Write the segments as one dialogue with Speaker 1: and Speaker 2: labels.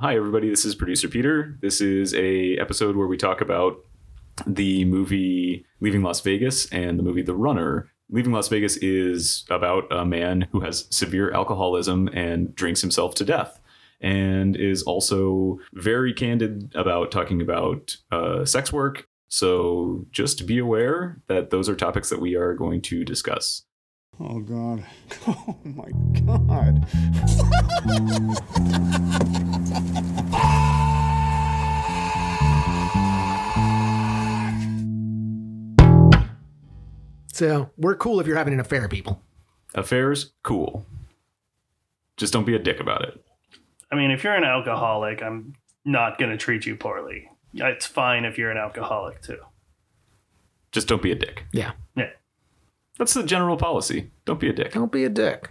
Speaker 1: Hi everybody, this is producer Peter. This is a episode where we talk about the movie Leaving Las Vegas and the movie The Runner. Leaving Las Vegas is about a man who has severe alcoholism and drinks himself to death and is also very candid about talking about uh, sex work. So just be aware that those are topics that we are going to discuss.
Speaker 2: Oh god. Oh my god.
Speaker 3: So we're cool if you're having an affair, people.
Speaker 1: Affairs, cool. Just don't be a dick about it.
Speaker 4: I mean, if you're an alcoholic, I'm not going to treat you poorly. It's fine if you're an alcoholic too.
Speaker 1: Just don't be a dick.
Speaker 3: Yeah.
Speaker 4: Yeah.
Speaker 1: That's the general policy. Don't be a dick.
Speaker 3: Don't be a dick.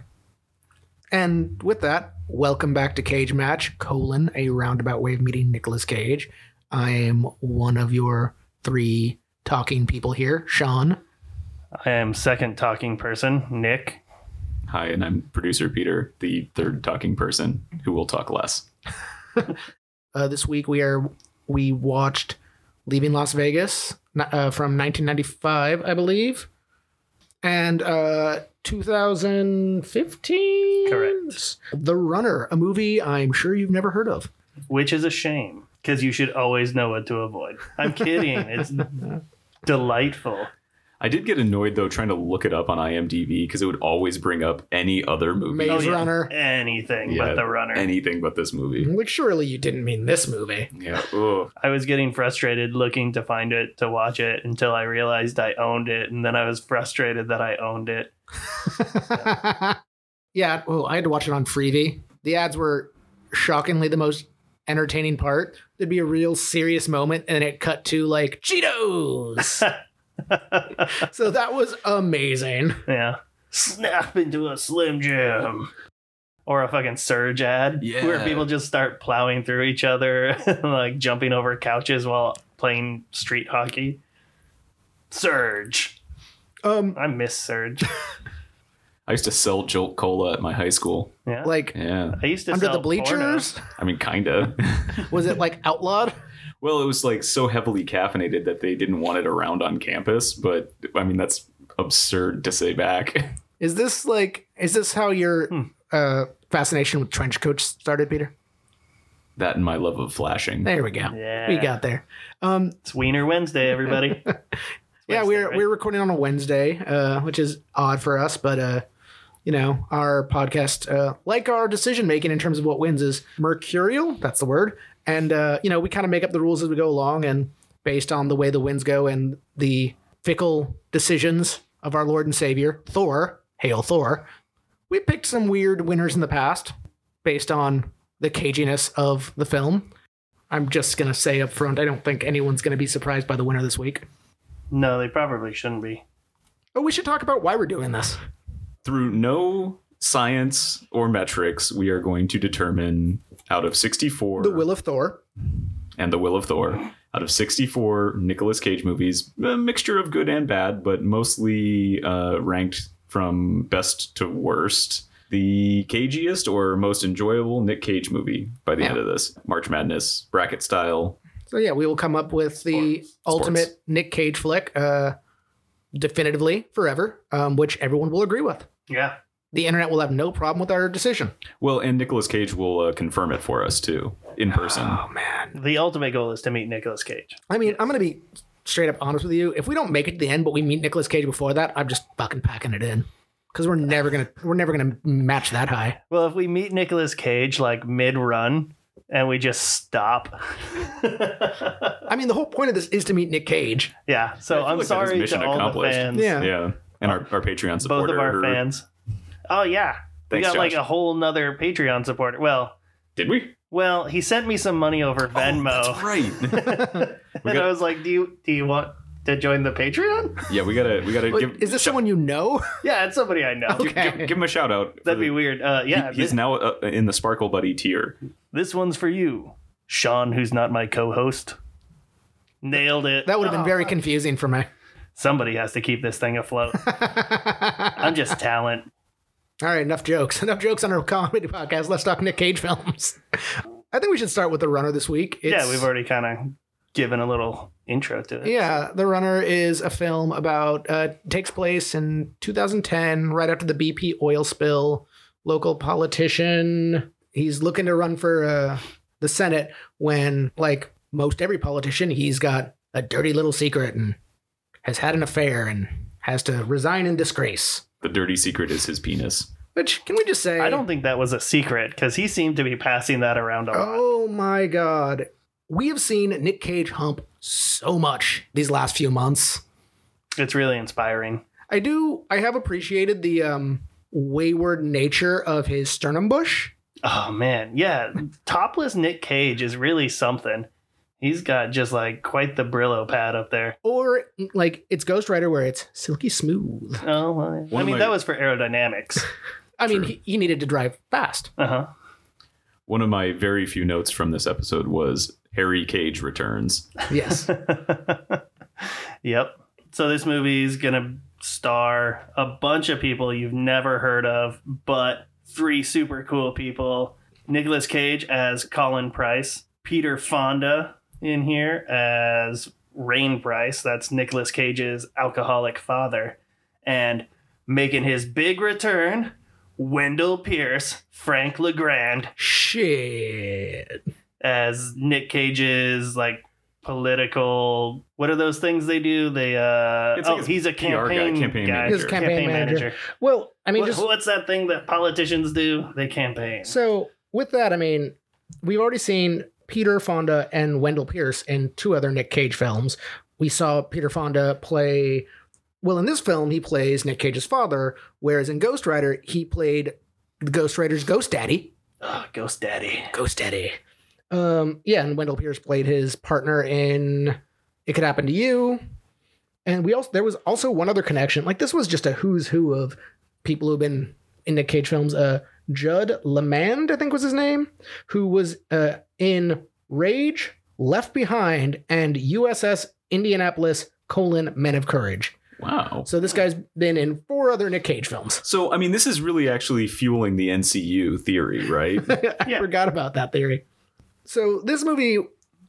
Speaker 3: And with that, welcome back to Cage Match, colon, a roundabout way of meeting Nicolas Cage. I am one of your three talking people here, Sean.
Speaker 4: I am second talking person, Nick.
Speaker 1: Hi, and I'm producer Peter, the third talking person who will talk less.
Speaker 3: Uh, this week we are we watched Leaving Las Vegas n- uh, from 1995, I believe, and uh, 2015.
Speaker 4: Correct.
Speaker 3: The Runner, a movie I'm sure you've never heard of.
Speaker 4: which is a shame because you should always know what to avoid. I'm kidding. It's delightful.
Speaker 1: I did get annoyed though trying to look it up on IMDb because it would always bring up any other movie,
Speaker 3: Maze Runner.
Speaker 4: Oh, Anything
Speaker 1: Yeah,
Speaker 4: but the runner.
Speaker 1: anything but this movie.
Speaker 3: Which surely you didn't mean this movie.
Speaker 1: Yeah. Ugh.
Speaker 4: I was getting frustrated looking to find it to watch it until I realized I owned it, and then I was frustrated that I owned it.
Speaker 3: yeah, well, I had to watch it on Freevee. The ads were shockingly the most entertaining part. There'd be a real serious moment, and it cut to like Cheetos. so that was amazing.
Speaker 4: Yeah. Snap into a Slim Jim. Or a fucking surge ad
Speaker 1: Yeah.
Speaker 4: where people just start plowing through each other, like jumping over couches while playing street hockey. Surge.
Speaker 3: Um,
Speaker 4: I miss Surge.
Speaker 1: I used to sell Jolt Cola at my high school.
Speaker 4: Yeah.
Speaker 3: like
Speaker 1: Yeah.
Speaker 4: I used to
Speaker 3: under
Speaker 4: sell
Speaker 3: the bleachers,
Speaker 1: I mean, kinda.
Speaker 3: was it like outlawed?
Speaker 1: well, it was like so heavily caffeinated that they didn't want it around on campus, but I mean that's absurd to say back.
Speaker 3: Is this like is this how your
Speaker 4: Hmm.
Speaker 3: uh fascination with trench coats started, Peter?
Speaker 1: that and my love of flashing.
Speaker 3: There we go.
Speaker 4: porno. Yeah.
Speaker 3: We got there. Um,
Speaker 4: It's Wiener Wednesday, everybody.
Speaker 3: yeah,
Speaker 4: Wednesday,
Speaker 3: we're
Speaker 4: right?
Speaker 3: we're recording on a Wednesday, uh, which is odd for us, but uh, you know, our podcast, uh, like our decision making in terms of what wins, is mercurial. That's the word, and uh, you know, we kind of make up the rules as we go along, and based on the way the winds go and the fickle decisions of our Lord and Savior Thor, hail Thor, we picked some weird winners in the past based on the caginess of the film. I'm just gonna say up front, I don't think anyone's gonna be surprised by the winner this week.
Speaker 4: no, they probably shouldn't be.
Speaker 3: Oh, we should talk about why we're doing this.
Speaker 1: through no science or metrics, we are going to determine out of 64
Speaker 3: The Will of Thor.
Speaker 1: and the will of Thor, out of 64 Nicolas Cage movies, a mixture of good and bad, but mostly uh, ranked from best to worst. The cagiest or most enjoyable Nick Cage movie by the end of this March Madness bracket style.
Speaker 3: So yeah, we will come up with the ultimate Nick Cage flick, uh, definitively forever, um, which everyone will agree with.
Speaker 4: Yeah.
Speaker 3: The internet will have no problem with our decision.
Speaker 1: Well, and Nicolas Cage will uh, confirm it for us too in person.
Speaker 3: Oh, man!
Speaker 4: The ultimate goal is to meet Nicolas Cage.
Speaker 3: I mean, I'm gonna be straight up honest with you. If we don't make it to the end, but we meet Nicolas Cage before that, I'm just fucking packing it in because we're never gonna we're never gonna match that high.
Speaker 4: Well, if we meet Nicolas Cage like mid run and we just stop.
Speaker 3: I mean, the whole point of this is to meet Nick Cage.
Speaker 4: yeah. So
Speaker 1: I feel
Speaker 4: I'm
Speaker 1: like that is
Speaker 4: sorry
Speaker 1: mission
Speaker 4: to all the
Speaker 1: accomplished.
Speaker 4: fans.
Speaker 3: Yeah.
Speaker 1: Yeah. And our, our Patreon
Speaker 4: Both
Speaker 1: supporter.
Speaker 4: of our
Speaker 1: who-
Speaker 4: fans. Oh, yeah. we
Speaker 1: Thanks,
Speaker 4: got like
Speaker 1: Josh.
Speaker 4: a whole nother Patreon supporter. Well,
Speaker 1: Did we? Oh,
Speaker 4: well, he sent me some money
Speaker 3: Oh,
Speaker 4: over Venmo.
Speaker 1: That's right.
Speaker 4: and I was like, do you, do you want to join the Patreon?
Speaker 1: Yeah, we gotta we gotta
Speaker 3: But
Speaker 1: give,
Speaker 3: is this someone you know?
Speaker 4: yeah. It's somebody I know.
Speaker 3: Okay.
Speaker 1: give give him a shout out. for
Speaker 4: That'd be
Speaker 1: the-
Speaker 4: weird. Uh,
Speaker 1: he-
Speaker 4: yeah.
Speaker 1: he's now uh, in the Sparkle Buddy tier.
Speaker 4: This one's for you, Sean, who's not my co host. Nailed it. Oh.
Speaker 3: That would have been very confusing for me.
Speaker 4: Somebody has to keep this thing afloat. I'm just talent.
Speaker 3: All right, enough jokes. Enough jokes on our comedy podcast. Let's talk Nick Cage films. I think we should start with the runner this week. It's-
Speaker 4: yeah, we've already kind of given a little intro to it.
Speaker 3: Yeah, The Runner is a film about uh takes place in 2010 right after the BP oil spill. Local politician, he's looking to run for uh the Senate when like most every politician, he's got a dirty little secret and has had an affair and has to resign in disgrace.
Speaker 1: The dirty secret is his penis.
Speaker 3: Which can we just say
Speaker 4: I don't think that was a secret because he seemed to be passing that around a lot.
Speaker 3: Oh my god. We have seen Nick Cage hump so much these last few months.
Speaker 4: It's really inspiring.
Speaker 3: I do. I have appreciated the um, wayward nature of his sternum bush.
Speaker 4: Oh man, yeah, topless Nick Cage is really something. He's got just like quite the Brillo pad up there.
Speaker 3: Or like it's Ghost Rider, where it's silky smooth.
Speaker 4: Oh, well,
Speaker 1: One
Speaker 4: I
Speaker 1: of
Speaker 4: mean
Speaker 1: my-
Speaker 4: that was for aerodynamics.
Speaker 3: I mean,
Speaker 1: True.
Speaker 3: he, he needed to drive fast.
Speaker 4: Uh huh.
Speaker 1: One of my very few notes from this episode was Harry Cage returns.
Speaker 3: Yes,
Speaker 4: yep. So this movie is gonna star a bunch of people you've never heard of, but three super cool people. Nicolas Cage as Colin Price, Peter Fonda in here as Rain Price, that's Nicolas Cage's alcoholic father, and making his big return, Wendell Pierce, Frank LeGrand
Speaker 3: shit.
Speaker 4: as Nick Cage's like political what are those things they do they uh
Speaker 1: It's
Speaker 4: oh
Speaker 1: like his
Speaker 4: he's a
Speaker 1: PR guy,
Speaker 4: campaign
Speaker 1: campaign
Speaker 4: guy.
Speaker 1: manager. He's a
Speaker 3: campaign manager. Well, I mean,
Speaker 4: What-
Speaker 3: just
Speaker 4: what's that thing that politicians do they campaign
Speaker 3: so with that, I mean, we've already seen Peter Fonda and Wendell Pierce in two other Nick Cage films. We saw Peter Fonda play. Well, in this film, he plays Nick Cage's father, whereas in Ghost Rider, he played the Ghost Rider's ghost daddy.
Speaker 4: oh, ghost daddy
Speaker 3: Ghost Daddy. Um, yeah, and Wendell Pierce played his partner in It Could Happen to You. And we also there was also one other connection. Like this was just a who's who of people who've been in Nick Cage films. Uh, Judd Lamond, I think was his name, who was uh, in Rage, Left Behind, and USS Indianapolis: colon Men of Courage.
Speaker 1: Wow.
Speaker 3: So this guy's been in four other Nick Cage films.
Speaker 1: So, I mean, this is really actually fueling the NCU theory, right?
Speaker 3: I
Speaker 4: Yeah.
Speaker 3: forgot about that theory. So this movie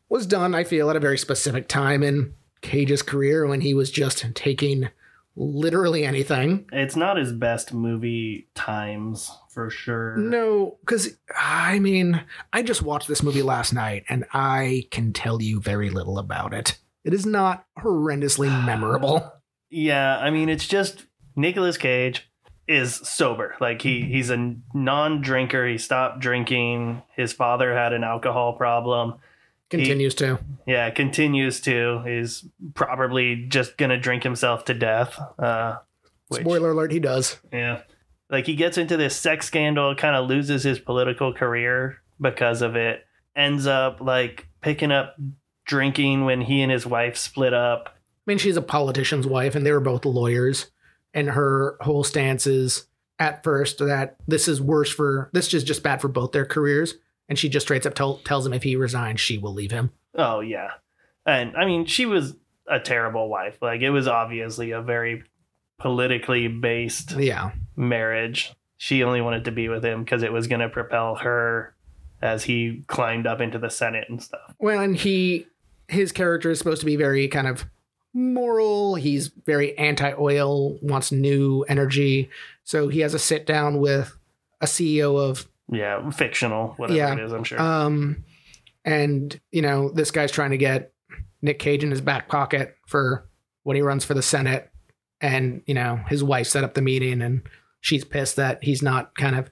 Speaker 3: was done, I feel, at a very specific time in Cage's career when he was just taking literally anything.
Speaker 4: it's not his best movie times for sure
Speaker 3: No, because I mean, I just watched this movie last night and I can tell you very little about it. It is not horrendously memorable.
Speaker 4: Yeah, I mean, it's just Nicolas Cage is sober. Like he he's a non-drinker. He stopped drinking. His father had an alcohol problem.
Speaker 3: Continues to.
Speaker 4: Yeah, continues to. Is probably just gonna drink himself to death. Uh, which-
Speaker 3: Spoiler alert, he does.
Speaker 4: Yeah, like he gets into this sex scandal, kind of loses his political career because of it. Ends up like picking up drinking when he and his wife split up.
Speaker 3: I mean, she's a politician's wife, and they were both lawyers. And her whole stance is at first that this is worse for this is just bad for both their careers. And she just straight up tell, tells him if he resigns, she will leave him.
Speaker 4: Oh yeah, and I mean she was a terrible wife. Like it was obviously a very politically based
Speaker 3: Yeah,
Speaker 4: marriage. She only wanted to be with him because it was going to propel her as he climbed up into the Senate and stuff.
Speaker 3: Well, and he his character is supposed to be very kind of moral. He's very anti-oil, wants new energy. So he has a sit down with a CEO of
Speaker 4: Yeah, fictional, whatever
Speaker 3: Yeah.
Speaker 4: it is, I'm sure.
Speaker 3: um and you know, this guy's trying to get Nick Cage in his back pocket for when he runs for the Senate and, you know, his wife set up the meeting and she's pissed that he's not kind of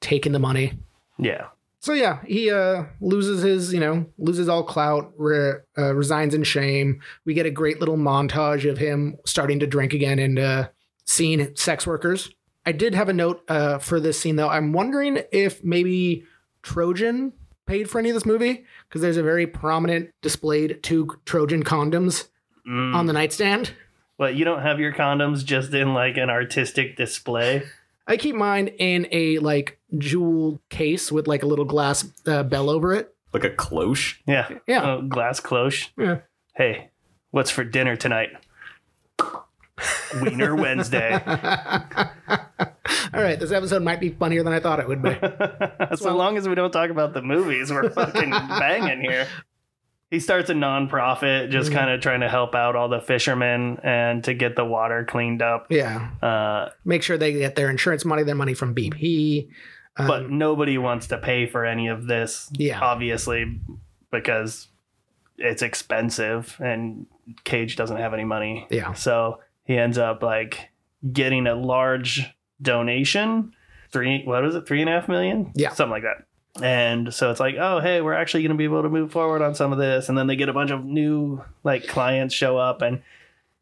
Speaker 3: taking the money.
Speaker 4: yeah,
Speaker 3: So yeah, he uh, loses his, you know, loses all clout, re- uh, resigns in shame. We get a great little montage of him starting to drink again and uh, seeing sex workers. I did have a note uh, for this scene though. I'm wondering if maybe Trojan paid for any of this movie because there's a very prominent displayed two Trojan condoms
Speaker 4: Mm.
Speaker 3: on the nightstand.
Speaker 4: but you don't have your condoms just in like an artistic display.
Speaker 3: I keep mine in a like jeweled case with like a little glass uh, bell over it.
Speaker 1: like a cloche?
Speaker 4: Yeah,
Speaker 3: Yeah.
Speaker 4: Oh, glass cloche.
Speaker 3: Yeah.
Speaker 4: Hey, what's for dinner tonight? Wiener Wednesday.
Speaker 3: All right, this episode might be funnier than I thought it would be.
Speaker 4: so long as we don't talk about the movies, we're fucking banging here. He starts a nonprofit, just
Speaker 3: Mhm.
Speaker 4: kind of trying to help out all the fishermen and to get the water cleaned up.
Speaker 3: Yeah,
Speaker 4: Uh,
Speaker 3: make sure they get their insurance money, their money from BP. Um,
Speaker 4: but uh, nobody wants to pay for any of this,
Speaker 3: Yeah.
Speaker 4: obviously, because it's expensive and Cage doesn't have any money.
Speaker 3: yeah,
Speaker 4: So he ends up like getting a large donation, three what was it, three and a half million?
Speaker 3: Yeah.
Speaker 4: Something like that. And so it's like, oh hey, we're actually gonna be able to move forward on some of this. And then they get a bunch of new like clients show up and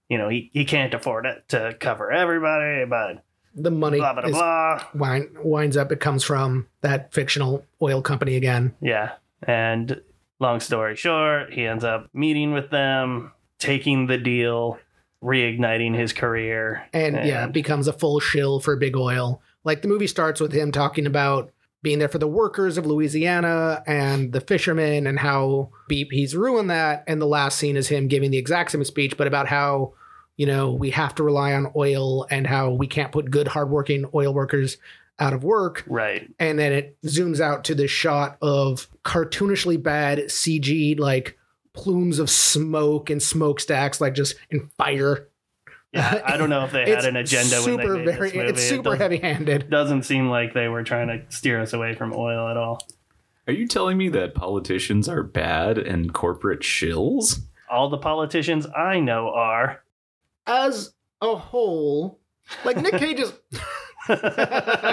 Speaker 4: you know, he, he can't afford it to cover everybody, but
Speaker 3: the money
Speaker 4: blah blah
Speaker 3: is-
Speaker 4: blah.
Speaker 3: wind, winds up. It comes from that fictional oil company again.
Speaker 4: Yeah. And long story short, he ends up meeting with them, taking the deal, reigniting his career.
Speaker 3: and yeah, it becomes a full shill for big oil. Like the movie starts with him talking about being there for the workers of Louisiana and the fishermen and how beep he's ruined that. And the last scene is him giving the exact same speech, but about how, you know, we have to rely on oil and how we can't put good, hardworking oil workers out of work.
Speaker 4: Right.
Speaker 3: And then it zooms out to this shot of cartoonishly bad CG, like plumes of smoke and smokestacks, like just and fire
Speaker 4: Yeah, I don't know if they had
Speaker 3: It's
Speaker 4: an agenda when they
Speaker 3: super
Speaker 4: made
Speaker 3: very-
Speaker 4: this movie.
Speaker 3: It's super
Speaker 4: it doesn't,
Speaker 3: heavy-handed.
Speaker 4: doesn't seem like they were trying to steer us away from oil at all.
Speaker 1: Are you telling me that politicians are bad and corporate shills?
Speaker 4: All the politicians I know are.
Speaker 3: As a whole, like Nick Cage's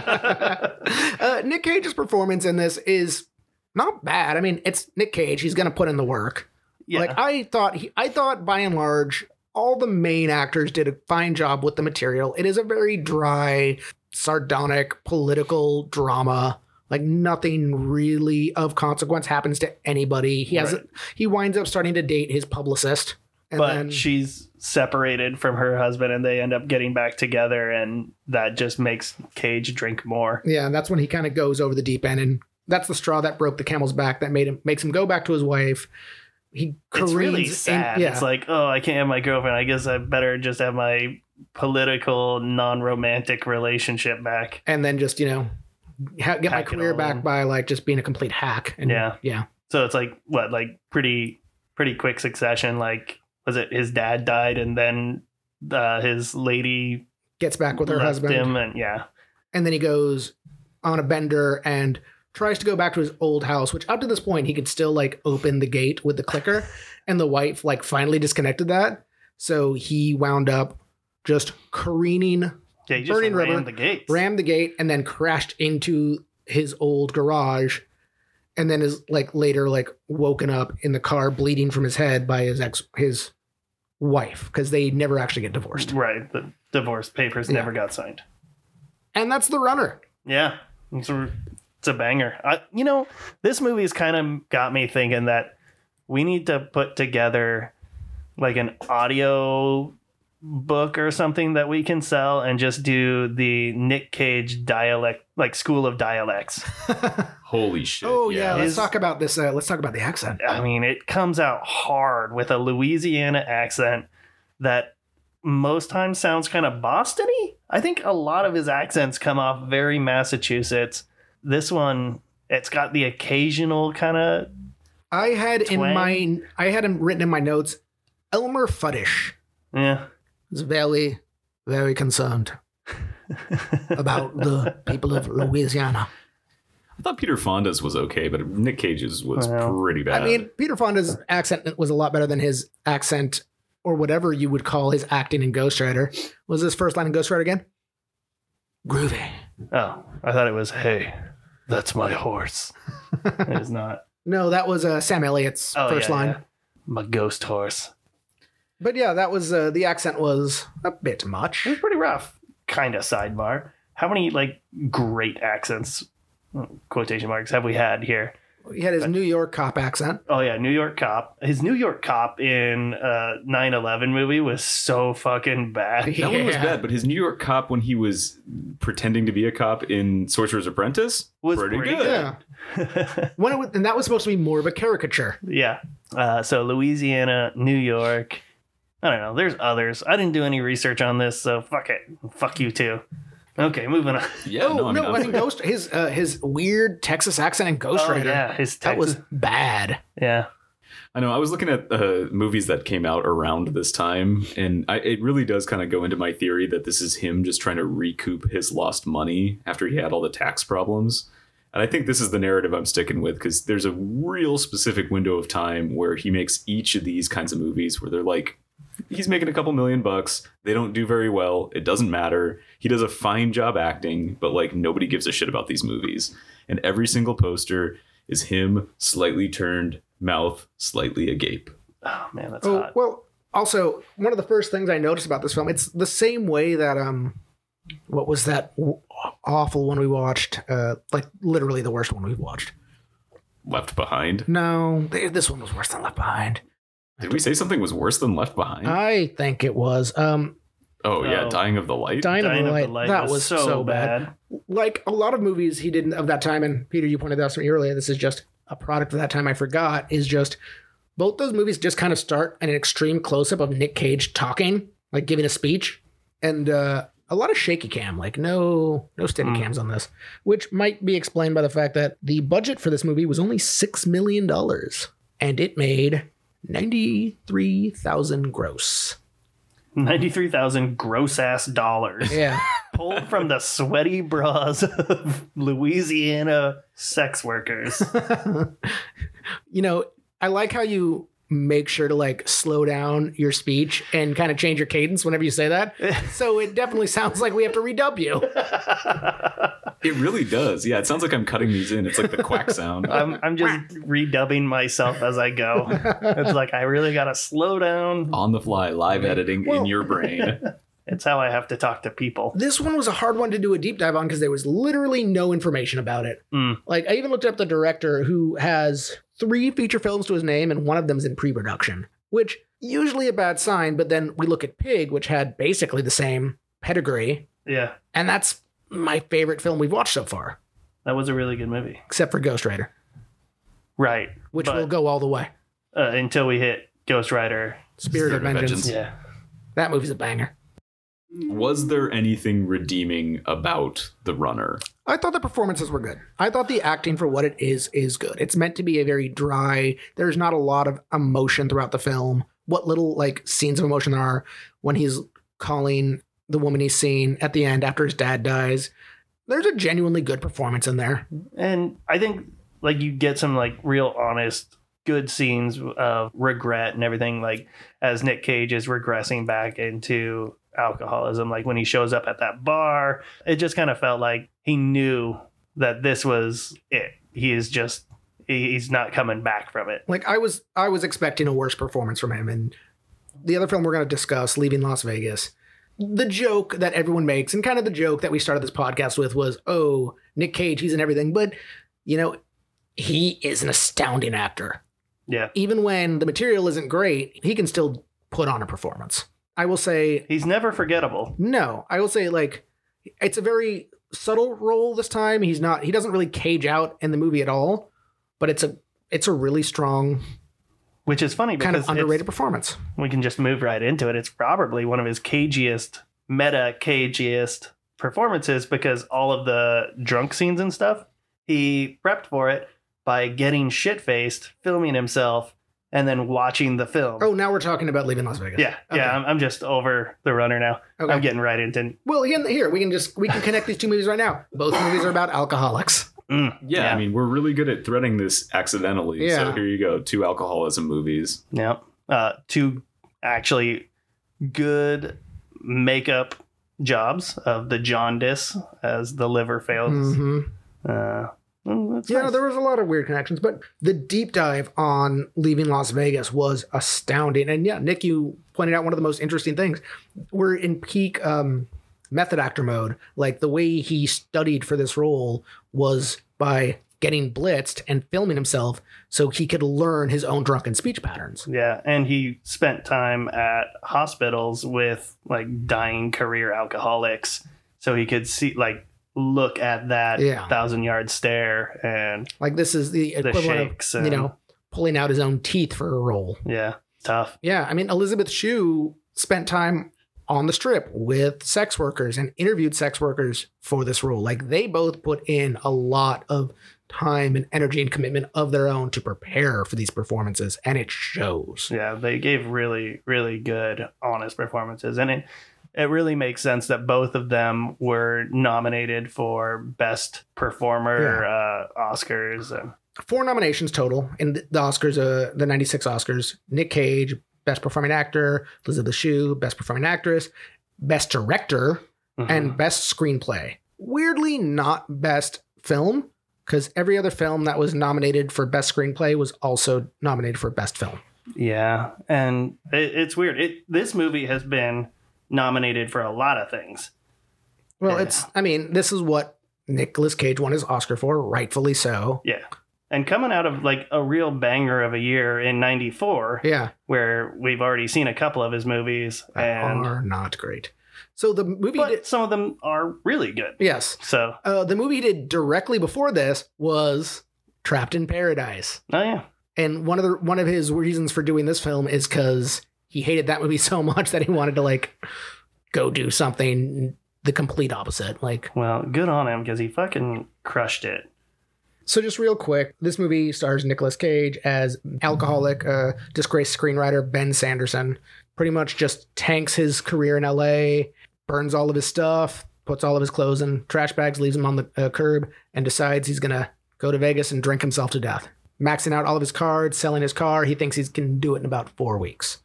Speaker 3: uh, Nick Cage's performance in this is not bad. I mean, it's Nick Cage. He's going to put in the work.
Speaker 4: yeah,
Speaker 3: Like I thought he, I thought by and large all the main actors did a fine job with the material. It is a very dry, sardonic political drama. Like nothing really of consequence happens to anybody. He has
Speaker 4: Right.
Speaker 3: he winds up starting to date his publicist. And
Speaker 4: but
Speaker 3: then,
Speaker 4: she's separated from her husband, and they end up getting back together, and that just makes Cage drink more.
Speaker 3: Yeah, and that's when he kind of goes over the deep end, and that's the straw that broke the camel's back that made him makes him go back to his wife. He
Speaker 4: It's really
Speaker 3: careens in-
Speaker 4: sad.
Speaker 3: yeah,
Speaker 4: It's like, oh, I can't have my girlfriend. I guess I better just have my political, non-romantic relationship back.
Speaker 3: and then just you know ha- get my
Speaker 4: Pack it
Speaker 3: career
Speaker 4: all
Speaker 3: back
Speaker 4: in.
Speaker 3: by like just being a complete hack. And
Speaker 4: Yeah.
Speaker 3: yeah,
Speaker 4: So it's like what, like pretty pretty quick succession. Like was it his dad died and then uh, his lady
Speaker 3: gets back with her
Speaker 4: left
Speaker 3: husband,
Speaker 4: him and yeah,
Speaker 3: and then he goes on a bender and tries to go back to his old house, which up to this point he could still like open the gate with the clicker, and the wife like finally disconnected that, so he wound up just careening
Speaker 4: yeah, he just
Speaker 3: Burning
Speaker 4: rammed
Speaker 3: rubber,
Speaker 4: the gates.
Speaker 3: rammed the gate and then crashed into his old garage and then is like later like woken up in the car bleeding from his head by his ex his wife because they never actually get divorced
Speaker 4: right, the divorce papers
Speaker 3: Yeah.
Speaker 4: never got signed.
Speaker 3: and that's the runner
Speaker 4: Yeah, it's a, it's a banger. I, you know, this movie's kind of got me thinking that we need to put together like an audio book or something that we can sell and just do the Nick Cage dialect, like School of Dialects.
Speaker 1: Holy shit.
Speaker 3: oh yeah, let's
Speaker 4: Is-
Speaker 3: talk about this uh, let's talk about the accent
Speaker 4: I mean, it comes out hard with a Louisiana accent that most times sounds kind of Bostony. I think a lot of his accents come off very Massachusetts. This one, it's got the occasional kind of
Speaker 3: i had in
Speaker 4: Twang.
Speaker 3: my i had him written in my notes elmer fuddish
Speaker 4: yeah.
Speaker 3: is very very concerned about the people of louisiana
Speaker 1: I thought Peter Fonda's was okay, but Nick Cage's was
Speaker 4: Well,
Speaker 1: pretty bad.
Speaker 3: I mean, Peter Fonda's accent was a lot better than his accent, or whatever you would call his acting in Ghost Rider. Was this first line in Ghost Rider again? Groovy.
Speaker 4: Oh, I thought it was hey, that's my horse. it is not.
Speaker 3: No, that was uh, Sam Elliott's
Speaker 4: Oh,
Speaker 3: first
Speaker 4: yeah,
Speaker 3: line.
Speaker 4: yeah. My ghost horse.
Speaker 3: But yeah, that was uh, the accent was a bit much.
Speaker 4: It was pretty rough. Kind of sidebar. How many like great accents mm, quotation marks have we had here?
Speaker 3: He had his New York cop accent.
Speaker 4: Oh yeah, New York Cop. His New York Cop in uh 9/11 movie was so fucking bad.
Speaker 1: that one was
Speaker 3: Yeah.
Speaker 1: bad, but his New York cop when he was pretending to be a cop in Sorcerer's Apprentice
Speaker 4: Was pretty
Speaker 3: Yeah. When it was, and that was supposed to be more of a caricature.
Speaker 4: yeah. Uh, so Louisiana, New York. I don't know. There's others. I didn't do any research on this, so fuck it. Fuck you too. Okay, moving on.
Speaker 1: Yeah,
Speaker 3: oh
Speaker 1: no, I mean,
Speaker 3: no, I mean
Speaker 1: honestly,
Speaker 3: Ghost. His uh, his weird Texas accent in Ghost
Speaker 4: Oh,
Speaker 3: Rider.
Speaker 4: yeah, his
Speaker 3: That was
Speaker 4: Texas-
Speaker 3: bad.
Speaker 4: yeah.
Speaker 1: I know. I was looking at uh, movies that came out around this time, and I, it really does kind of go into my theory that this is him just trying to recoup his lost money after he had all the tax problems. And I think this is the narrative I'm sticking with because there's a real specific window of time where he makes each of these kinds of movies where they're like, he's making a couple million bucks. They don't do very well. It doesn't matter. He does a fine job acting, but like nobody gives a shit about these movies. And every single poster is him slightly turned, mouth slightly agape.
Speaker 4: Oh man, that's
Speaker 3: Oh
Speaker 4: hot.
Speaker 3: well. Also, one of the first things I noticed about this film, it's the same way that um, what was that w- awful one we watched? Uh, like literally the worst one we watched.
Speaker 1: Left Behind.
Speaker 3: No, th- this one was worse than Left Behind.
Speaker 1: Did we say something was worse than Left Behind?
Speaker 3: I think it was. Um,
Speaker 1: oh, yeah,
Speaker 4: Oh.
Speaker 1: Dying of the Light.
Speaker 3: Dying,
Speaker 4: Dying
Speaker 3: of the Light. that was, so, bad. Like a lot of movies he did of that time, and Peter, you pointed that out to me earlier. This is just a product of that time. I forgot is just both those movies just kind of start an extreme close up of Nick Cage talking, like giving a speech, and uh, a lot of shaky cam, like no no steady
Speaker 4: Mm.
Speaker 3: cams on this, which might be explained by the fact that the budget for this movie was only six million dollars, and it made ninety three thousand gross.
Speaker 4: Ninety-three thousand gross ass dollars
Speaker 3: Yeah.
Speaker 4: pulled from the sweaty bras of Louisiana sex workers.
Speaker 3: you know, I like how you make sure to like slow down your speech and kind of change your cadence whenever you say that. so it definitely sounds like we have to redub you.
Speaker 1: It really does. Yeah, it sounds like I'm cutting these in. It's like the quack sound.
Speaker 4: I'm, I'm just redubbing myself as I go. It's like I really gotta slow down.
Speaker 1: On the fly, live editing in
Speaker 3: Well-
Speaker 1: your brain.
Speaker 4: It's how I have to talk to people.
Speaker 3: This one was a hard one to do a deep dive on because there was literally no information about it.
Speaker 4: Mm.
Speaker 3: Like I even looked up the director who has three feature films to his name and one of them's in pre-production, which usually a bad sign, but then we look at Pig, which had basically the same pedigree,
Speaker 4: Yeah,
Speaker 3: and that's my favorite film we've watched so far,
Speaker 4: that was a really good movie.
Speaker 3: except for Ghost Rider,
Speaker 4: Right.
Speaker 3: which
Speaker 4: But-
Speaker 3: will go all the way.
Speaker 4: Uh, until we hit Ghost Rider.
Speaker 3: Spirit, of
Speaker 1: Spirit of
Speaker 3: Vengeance.
Speaker 1: Vengeance.
Speaker 4: Yeah.
Speaker 3: That movie's a banger.
Speaker 1: Was there anything redeeming about The Runner?
Speaker 3: I thought the performances were good. I thought the acting for what it is is good. It's meant to be a very dry. There's not a lot of emotion throughout the film. What little like scenes of emotion there are when he's calling the woman he's seen at the end after his dad dies. There's a genuinely good performance in there.
Speaker 4: And I think like you get some like real honest good scenes of regret and everything like as Nick Cage is regressing back into alcoholism like when he shows up at that bar it just kind of felt like he knew that this was it he is just he- he's not coming back from it
Speaker 3: Like I was I was expecting a worse performance from him and the other film we're going to discuss Leaving Las Vegas. The joke that everyone makes and kind of the joke that we started this podcast with was, "Oh, Nick Cage, he's in everything." But, you know, he is an astounding actor.
Speaker 4: yeah
Speaker 3: Even when the material isn't great, he can still put on a performance. I will say
Speaker 4: he's never forgettable
Speaker 3: no, I will say like it's a very subtle role this time. He's not he doesn't really cage out in the movie at all, but it's a it's a really strong
Speaker 4: which is funny because
Speaker 3: kind of
Speaker 4: it's-
Speaker 3: underrated performance.
Speaker 4: we can just move right into it. It's probably one of his cagiest, meta cagiest performances because all of the drunk scenes and stuff, he prepped for it by getting shit faced, filming himself, and then watching the film.
Speaker 3: Oh, now we're talking about leaving Las Vegas.
Speaker 4: yeah.
Speaker 3: Okay.
Speaker 4: Yeah. I'm, I'm just over the runner now.
Speaker 3: Okay.
Speaker 4: I'm getting right into.
Speaker 3: Well, again, here we can just we can connect these two movies right now. Both movies are about alcoholics.
Speaker 4: Mm,
Speaker 1: Yeah, I mean, we're really good at threading this accidentally. So
Speaker 3: Yeah.
Speaker 1: here you go, two alcoholism movies.
Speaker 4: Yeah. Uh, two actually good makeup jobs of the jaundice as the liver fails.
Speaker 3: Mm-hmm.
Speaker 4: Uh, mm, that's
Speaker 3: Yeah,
Speaker 4: nice.
Speaker 3: there was a lot of weird connections, but the deep dive on leaving Las Vegas was astounding. And yeah, Nick, you pointed out one of the most interesting things. We're in peak um, method actor mode. Like the way he studied for this role was by getting blitzed and filming himself so he could learn his own drunken speech patterns.
Speaker 4: Yeah, and he spent time at hospitals with like dying career alcoholics, so he could see like look at that
Speaker 3: Yeah.
Speaker 4: thousand yard stare and
Speaker 3: Like this is the
Speaker 4: the
Speaker 3: equivalent
Speaker 4: shakes.
Speaker 3: of
Speaker 4: And,
Speaker 3: you know pulling out his own teeth for a role.
Speaker 4: yeah, tough.
Speaker 3: Yeah, I mean Elizabeth Shue spent time on the strip with sex workers and interviewed sex workers for this role. Like they both put in a lot of time and energy and commitment of their own to prepare for these performances, and it shows.
Speaker 4: Yeah, they gave really, really good, honest performances, and it it really makes sense that both of them were nominated for best performer uh, Oscars. And
Speaker 3: Four nominations total in the Oscars, uh, the 96 Oscars Nick Cage, Best Performing Actor, Elizabeth Shue, Best Performing Actress, Best Director,
Speaker 4: mm-hmm.
Speaker 3: and
Speaker 4: Uh-huh.
Speaker 3: best screenplay. Weirdly, not best film because every other film that was nominated for best screenplay was also nominated for best film.
Speaker 4: yeah, and it, it's weird. It this movie has been nominated for a lot of things.
Speaker 3: Well,
Speaker 4: Yeah.
Speaker 3: it's I mean, this is what Nicolas Cage won his Oscar for, rightfully so.
Speaker 4: Yeah. And coming out of like a real banger of a year in 94,
Speaker 3: Yeah,
Speaker 4: where we've already seen a couple of his movies,
Speaker 3: that
Speaker 4: and
Speaker 3: are not great. So the movie
Speaker 4: but
Speaker 3: did,
Speaker 4: some of them are really good.
Speaker 3: yes.
Speaker 4: So,
Speaker 3: Uh, the movie he did directly before this was Trapped in Paradise.
Speaker 4: oh yeah,
Speaker 3: And one of the one of his reasons for doing this film is because he hated that movie so much that he wanted to like go do something the complete opposite. Like
Speaker 4: well, good on him because he fucking crushed it.
Speaker 3: so, just real quick, this movie stars Nicolas Cage as alcoholic, uh, disgraced screenwriter Ben Sanderson. Pretty much just tanks his career in L.A., burns all of his stuff, puts all of his clothes in trash bags, leaves them on the uh, curb, and decides he's gonna go to Vegas and drink himself to death. Maxing out all of his cards, selling his car. He thinks he can do it in about four weeks.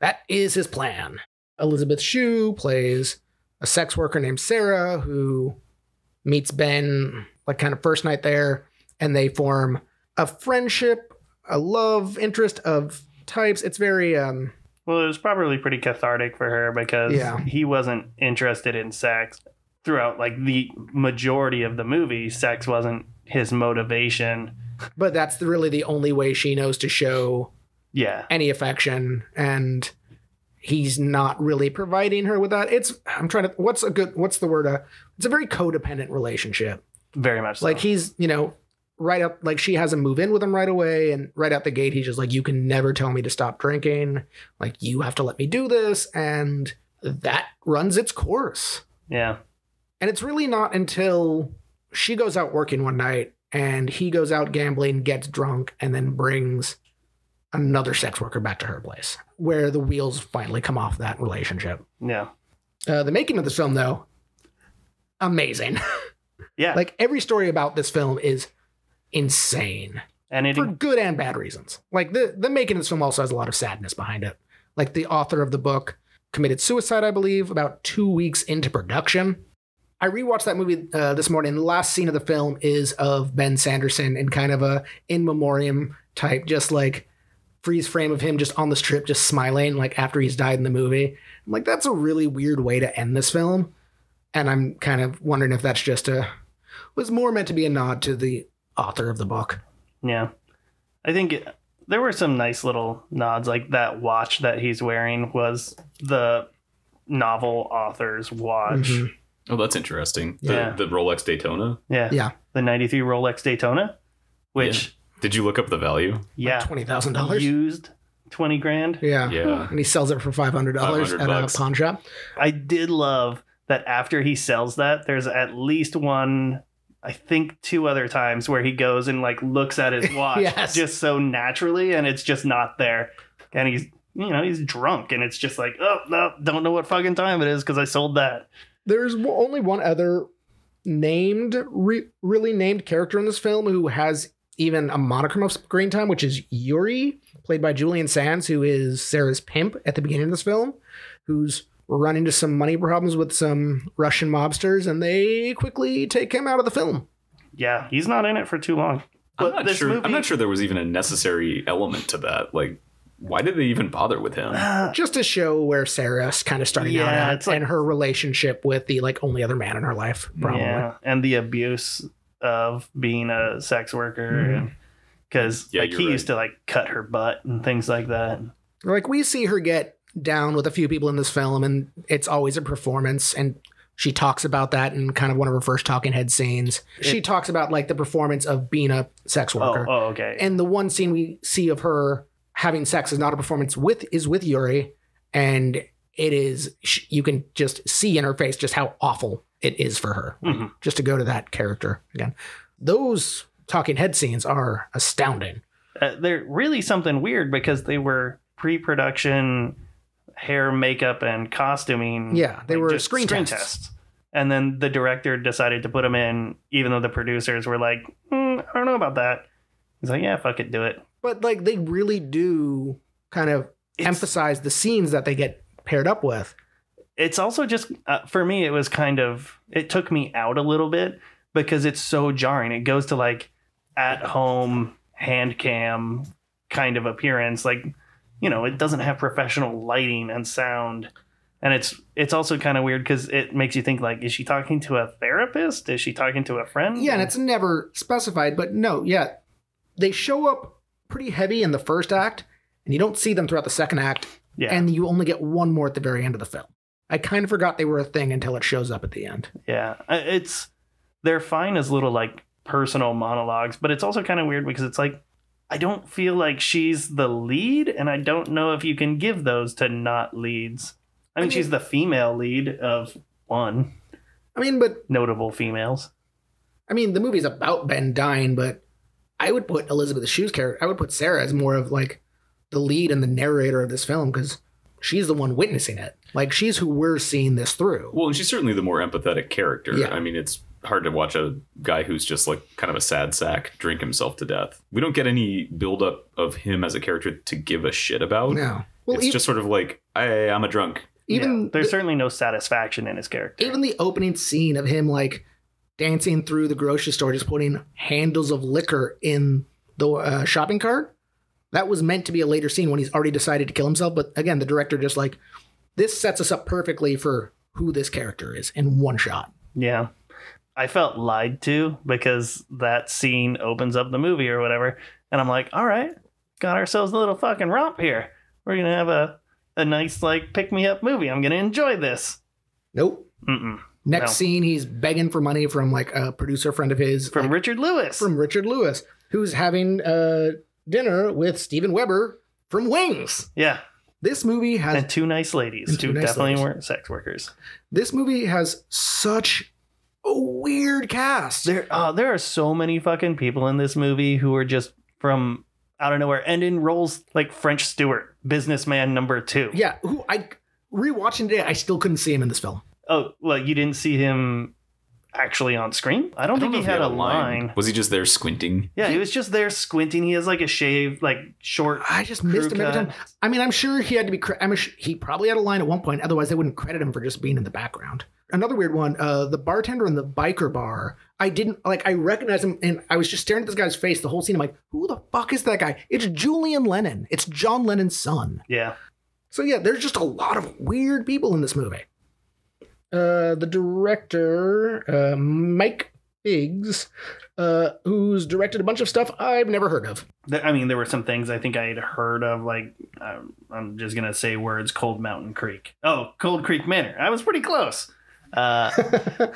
Speaker 3: That is his plan. Elizabeth Shue plays a sex worker named Sarah who meets Ben like kind of first night there, and they form a friendship, a love interest of types. It's very um
Speaker 4: Well, it was probably pretty cathartic for her because
Speaker 3: Yeah.
Speaker 4: he wasn't interested in sex throughout like the majority of the movie. Sex wasn't his motivation.
Speaker 3: but that's the, really the only way she knows to show
Speaker 4: Yeah,
Speaker 3: any affection and he's not really providing her with that. It's I'm trying to what's a good what's the word uh it's a very codependent relationship.
Speaker 4: very much so.
Speaker 3: Like he's, you know, right up like she has him move in with him right away and right out the gate he's just like you can never tell me to stop drinking. Like you have to let me do this and that runs its course.
Speaker 4: yeah,
Speaker 3: And it's really not until she goes out working one night and he goes out gambling, gets drunk, and then brings another sex worker back to her place where the wheels finally come off that relationship.
Speaker 4: yeah,
Speaker 3: Uh, the making of this film, though, amazing.
Speaker 4: yeah.
Speaker 3: like every story about this film is insane
Speaker 4: and it
Speaker 3: for good and bad reasons. Like the the making of this film also has a lot of sadness behind it. Like the author of the book committed suicide, I believe, about two weeks into production. I rewatched that movie uh, this morning. The last scene of the film is of Ben Sanderson in kind of a in memoriam type, just like freeze frame of him just on the strip, just smiling, like after he's died in the movie. I'm like, that's a really weird way to end this film. And I'm kind of wondering if that's just a was more meant to be a nod to the author of the book.
Speaker 4: Yeah. I think it, there were some nice little nods like that watch that he's wearing was the novel author's watch.
Speaker 3: Mhm.
Speaker 1: Oh, that's interesting.
Speaker 4: Yeah.
Speaker 1: The, the Rolex Daytona.
Speaker 4: Yeah.
Speaker 3: Yeah.
Speaker 4: The 93 Rolex Daytona, which
Speaker 1: Did you look up the value?
Speaker 4: yeah,
Speaker 3: twenty thousand dollars.
Speaker 4: used 20 grand.
Speaker 3: Yeah.
Speaker 1: Yeah.
Speaker 3: And he sells it for five hundred dollars
Speaker 1: $500
Speaker 3: at
Speaker 1: bucks.
Speaker 3: a pawn shop.
Speaker 4: I did love that after he sells that there's at least one I think two other times where he goes and like looks at his watch
Speaker 3: Yes.
Speaker 4: just so naturally and it's just not there. And he's you know, he's drunk and it's just like, oh no, don't know what fucking time it is because I sold that.
Speaker 3: There's w- only one other named, re- really named character in this film who has even a monochrome of screen time, which is Yuri, played by Julian Sands, who is Sarah's pimp at the beginning of this film, who's run into some money problems with some Russian mobsters, and they quickly take him out of the film.
Speaker 4: Yeah, he's not in it for too long. But
Speaker 1: I'm not
Speaker 4: this
Speaker 1: sure.
Speaker 4: movie,
Speaker 1: I'm not sure there was even a necessary element to that. Like, why did they even bother with him?
Speaker 3: Just to show where Sarah's kind of starting out
Speaker 4: Yeah,
Speaker 3: at
Speaker 4: it's like-
Speaker 3: and her relationship with the like only other man in her life, probably.
Speaker 4: Yeah, and the abuse of being a sex
Speaker 3: Mm-hmm.
Speaker 4: worker, because
Speaker 1: Yeah,
Speaker 4: like
Speaker 1: you're
Speaker 4: he
Speaker 1: right.
Speaker 4: used to like cut her butt and things like that.
Speaker 3: like we see her get down with a few people in this film and it's always a performance and she talks about that in kind of one of her first talking head scenes she talks about like the performance of being a sex
Speaker 4: Oh,
Speaker 3: worker
Speaker 4: oh, okay.
Speaker 3: and the one scene we see of her having sex is not a performance with is with yuri and it is sh- you can just see in her face just how awful it is for her. Like,
Speaker 4: Mhm.
Speaker 3: Just to go to that character again, those talking head scenes are astounding.
Speaker 4: uh, they're really something weird because they were pre-production hair makeup and costuming
Speaker 3: Yeah, they
Speaker 4: Mm-hmm. like,
Speaker 3: were
Speaker 4: just
Speaker 3: screen, tests.
Speaker 4: and then the director decided to put them in even though the producers were like "Hmm, i don't know about that he's like yeah fuck it do it
Speaker 3: but like they really do kind of
Speaker 4: it's,
Speaker 3: emphasize the scenes that they get paired up with.
Speaker 4: it's also just uh, for me it was kind of it took me out a little bit because it's so jarring it goes to like at home hand cam kind of appearance like you know it doesn't have professional lighting and sound and it's it's also kind of weird because it makes you think like is she talking to a therapist is she talking to a friend
Speaker 3: Yeah, and it's never specified, but no, yeah, they show up pretty heavy in the first act, and you don't see them throughout the second act,
Speaker 4: yeah
Speaker 3: and you only get one more at the very end of the film. I kind of forgot they were a thing until it shows up at the end.
Speaker 4: Yeah, I- it's they're fine as little like personal monologues, but it's also kind of weird because it's like I don't feel like she's the lead, and I don't know if you can give those to not leads. I
Speaker 3: I
Speaker 4: mean,
Speaker 3: mean-
Speaker 4: she's the female lead of one
Speaker 3: I mean, but
Speaker 4: notable females.
Speaker 3: I mean, the movie's about Ben dying, but I would put Elizabeth Shue's character, I would put Sarah as more of like the lead and the narrator of this film because she's the one witnessing it. Like, she's who we're seeing this through.
Speaker 1: Well, and she's certainly the more empathetic character.
Speaker 3: Yeah.
Speaker 1: I mean, it's hard to watch a guy who's just like kind of a sad sack drink himself to death. We don't get any buildup of him as a character to give a shit about.
Speaker 3: no. Well,
Speaker 1: it's
Speaker 3: e-
Speaker 1: just sort of like, hey, I'm a drunk.
Speaker 3: even
Speaker 4: Yeah, there's certainly no satisfaction in his character.
Speaker 3: even the opening scene of him like dancing through the grocery store just putting handles of liquor in the uh, shopping cart that was meant to be a later scene when he's already decided to kill himself but again the director just like this sets us up perfectly for who this character is in one shot
Speaker 4: Yeah. I felt lied to because that scene opens up the movie or whatever. And I'm like, all right, got ourselves a little fucking romp here. We're going to have a, a nice, like, pick me up movie. I'm going to enjoy this.
Speaker 3: nope
Speaker 4: Mm-mm.
Speaker 3: next
Speaker 4: No.
Speaker 3: scene he's begging for money from like a producer friend of his
Speaker 4: From
Speaker 3: like,
Speaker 4: Richard Lewis.
Speaker 3: from richard lewis who's having uh, dinner with steven weber from wings
Speaker 4: yeah.
Speaker 3: this movie has
Speaker 4: And two nice ladies
Speaker 3: And two
Speaker 4: who
Speaker 3: nice
Speaker 4: definitely
Speaker 3: ladies.
Speaker 4: weren't sex workers.
Speaker 3: this movie has such a weird cast.
Speaker 4: There, uh, there are so many fucking people in this movie who are just from out of nowhere and in roles like French Stewart, businessman number two.
Speaker 3: yeah, who I rewatching today, I still couldn't see him in this film.
Speaker 4: Oh, well, you didn't see him actually on screen? I don't
Speaker 1: I don't
Speaker 4: think
Speaker 1: know
Speaker 4: he
Speaker 1: if
Speaker 4: had, a line.
Speaker 1: Was he just there squinting?
Speaker 4: Yeah, he was just there squinting. He has like a shave, like short.
Speaker 3: I just missed
Speaker 4: crew
Speaker 3: him every time.
Speaker 4: cut.
Speaker 3: I mean, I'm sure he had to be. Cre- I'm sure he probably had a line at one point, otherwise they wouldn't credit him for just being in the background. Another weird one: uh, the bartender in the biker bar. I didn't like. I recognized him, and I was just staring at this guy's face the whole scene. I'm like, who the fuck is that guy? It's Julian Lennon. It's John Lennon's son.
Speaker 4: Yeah,
Speaker 3: So yeah, there's just a lot of weird people in this movie. Uh, the director, uh, Mike Biggs, uh, who's directed a bunch of stuff I've never heard of.
Speaker 4: There- I mean, there were some things I think I had heard of. Like, um, I'm just gonna say words: Cold Mountain Creek. Oh, Cold Creek Manor. I was pretty close. Uh,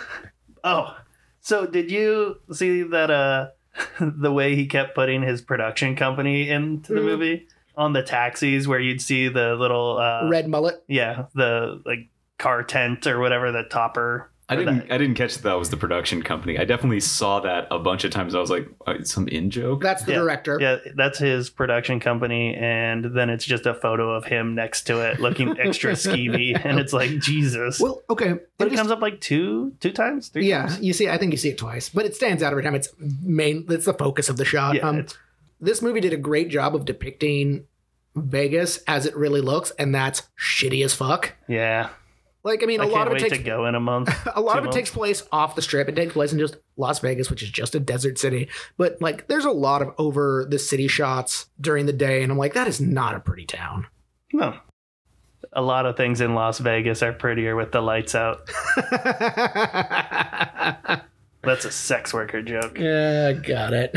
Speaker 4: oh, so did you see that? Uh, the way he kept putting his production company into the
Speaker 3: Mhm.
Speaker 4: movie on the taxis, where you'd see the little uh,
Speaker 3: Red mullet.
Speaker 4: yeah, the like car tent or whatever, the topper.
Speaker 1: I
Speaker 4: or
Speaker 1: didn't.
Speaker 4: that-
Speaker 1: I didn't catch that, that was the production company. I definitely saw that a bunch of times. I was like, uh, some in joke.
Speaker 3: That's the
Speaker 4: Yeah,
Speaker 3: director.
Speaker 4: Yeah, that's his production company, and then it's just a photo of him next to it, looking extra skeevy, and it's like Jesus.
Speaker 3: Well, okay.
Speaker 4: but
Speaker 3: it
Speaker 4: it
Speaker 3: just-
Speaker 4: comes up like two, two times, three
Speaker 3: yeah,
Speaker 4: times.
Speaker 3: you see, I think you see it twice, but it stands out every time. It's main. It's the focus of the shot.
Speaker 4: Yeah,
Speaker 3: um,
Speaker 4: it's-
Speaker 3: this movie did a great job of depicting Vegas as it really looks, and that's shitty as fuck.
Speaker 4: yeah.
Speaker 3: Like, I mean,
Speaker 4: I
Speaker 3: a
Speaker 4: can't
Speaker 3: lot of it
Speaker 4: wait
Speaker 3: takes
Speaker 4: to go in a month.
Speaker 3: a lot of
Speaker 4: Two
Speaker 3: it
Speaker 4: months.
Speaker 3: takes place off the strip. It takes place in just Las Vegas, which is just a desert city. But like, there's a lot of over the city shots during the day, and I'm like, that is not a pretty town.
Speaker 4: No, a lot of things in Las Vegas are prettier with the lights out.
Speaker 3: yeah,
Speaker 4: That's a sex worker joke.
Speaker 3: got it.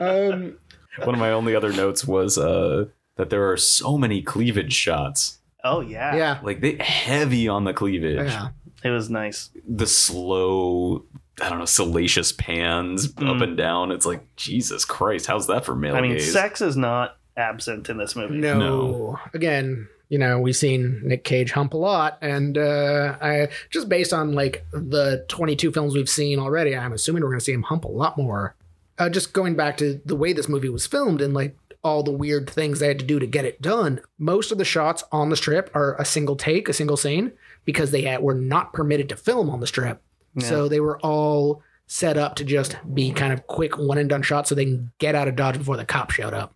Speaker 3: Um,
Speaker 1: One of my only other notes was uh, that there are so many cleavage shots.
Speaker 4: oh yeah.
Speaker 3: yeah,
Speaker 1: Like they heavy on the cleavage.
Speaker 3: yeah.
Speaker 4: it was nice.
Speaker 1: the slow, I don't know, salacious pans up
Speaker 4: Mm.
Speaker 1: and down. It's like Jesus Christ, how's that for male
Speaker 4: I mean,
Speaker 1: gaze?
Speaker 4: sex is not absent in this movie.
Speaker 3: No,
Speaker 1: No.
Speaker 3: again, you know, we've seen Nick Cage hump a lot, and uh, I just based on like the 22 films we've seen already, I'm assuming we're going to see him hump a lot more. Uh, just going back to the way this movie was filmed and like all the weird things they had to do to get it done. Most of the shots on the strip are a single take, a single scene, because they had, were not permitted to film on the strip.
Speaker 4: Yeah.
Speaker 3: So they were all set up to just be kind of quick one and done shots so they can get out of Dodge before the cop showed up.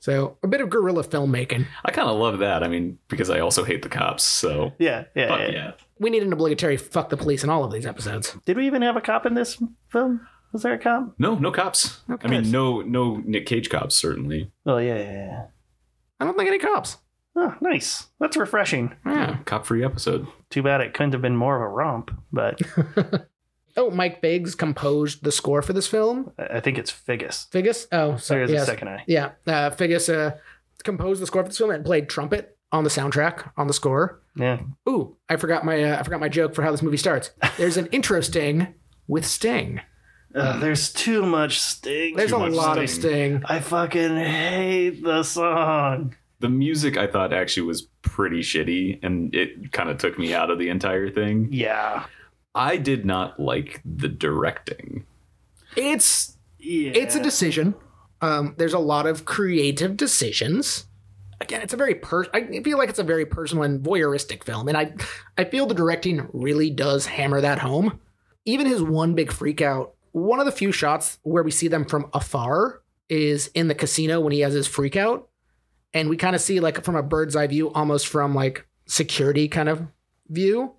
Speaker 3: So a bit of guerrilla filmmaking.
Speaker 1: I kind of love that. I mean, because I also hate the cops. So
Speaker 4: Yeah, yeah,
Speaker 1: fuck
Speaker 4: yeah.
Speaker 1: yeah.
Speaker 3: We need an obligatory fuck the police in all of these episodes.
Speaker 4: Did we even have a cop in this film? Was there a cop?
Speaker 1: No, no cops. I mean, no, no Nick Cage cops certainly.
Speaker 4: Oh yeah, yeah, yeah.
Speaker 3: I don't think any cops.
Speaker 4: Oh, nice. That's refreshing.
Speaker 1: Yeah, cop free episode.
Speaker 4: Too bad it couldn't have been more of a romp, but
Speaker 3: Oh, Mike Biggs composed the score for this film.
Speaker 4: I I think it's Figgis.
Speaker 3: Figgis. Oh,
Speaker 4: So
Speaker 3: sorry.
Speaker 4: here's
Speaker 3: Yes.
Speaker 4: the second eye.
Speaker 3: Yeah. Uh, Figgis uh, composed the score for this film and played trumpet on the soundtrack on the score.
Speaker 4: Yeah.
Speaker 3: Ooh, I forgot my uh, I forgot my joke for how this movie starts. There's an intro sting with Sting.
Speaker 4: Uh, there's too much sting.
Speaker 3: There's
Speaker 1: Too
Speaker 3: a
Speaker 1: much
Speaker 3: lot of
Speaker 1: Sting.
Speaker 3: Sting.
Speaker 4: I fucking hate the song.
Speaker 1: The music I thought actually was pretty shitty, and it kind of took me out of the entire thing.
Speaker 4: Yeah.
Speaker 1: I did not like the directing.
Speaker 3: It's
Speaker 4: Yeah.
Speaker 3: it's a decision. Um, there's a lot of creative decisions. Again, it's a very per. I feel like it's a very personal and voyeuristic film, and I, I feel the directing really does hammer that home. Even his one big freak out, one of the few shots where we see them from afar is in the casino when he has his freak out, and we kind of see like from a bird's eye view, almost from like security kind of view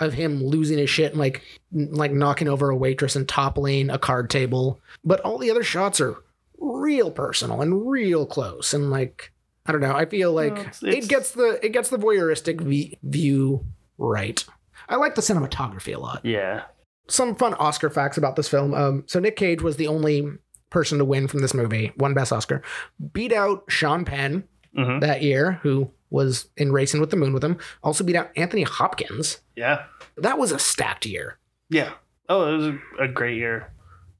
Speaker 3: of him losing his shit and like n- like knocking over a waitress and toppling a card table but all the other shots are real personal and real close and like i don't know i feel like
Speaker 4: it's- it's-
Speaker 3: it gets the it gets the voyeuristic v- view right i like the cinematography a lot
Speaker 4: Yeah.
Speaker 3: some fun oscar facts about this film um so nick cage was the only person to win from this movie one best oscar beat out sean penn
Speaker 4: hmm
Speaker 3: that year who was in racing with the moon with him also beat out anthony hopkins
Speaker 4: Yeah.
Speaker 3: that was a stacked year
Speaker 4: Yeah. Oh, it was a- a great year.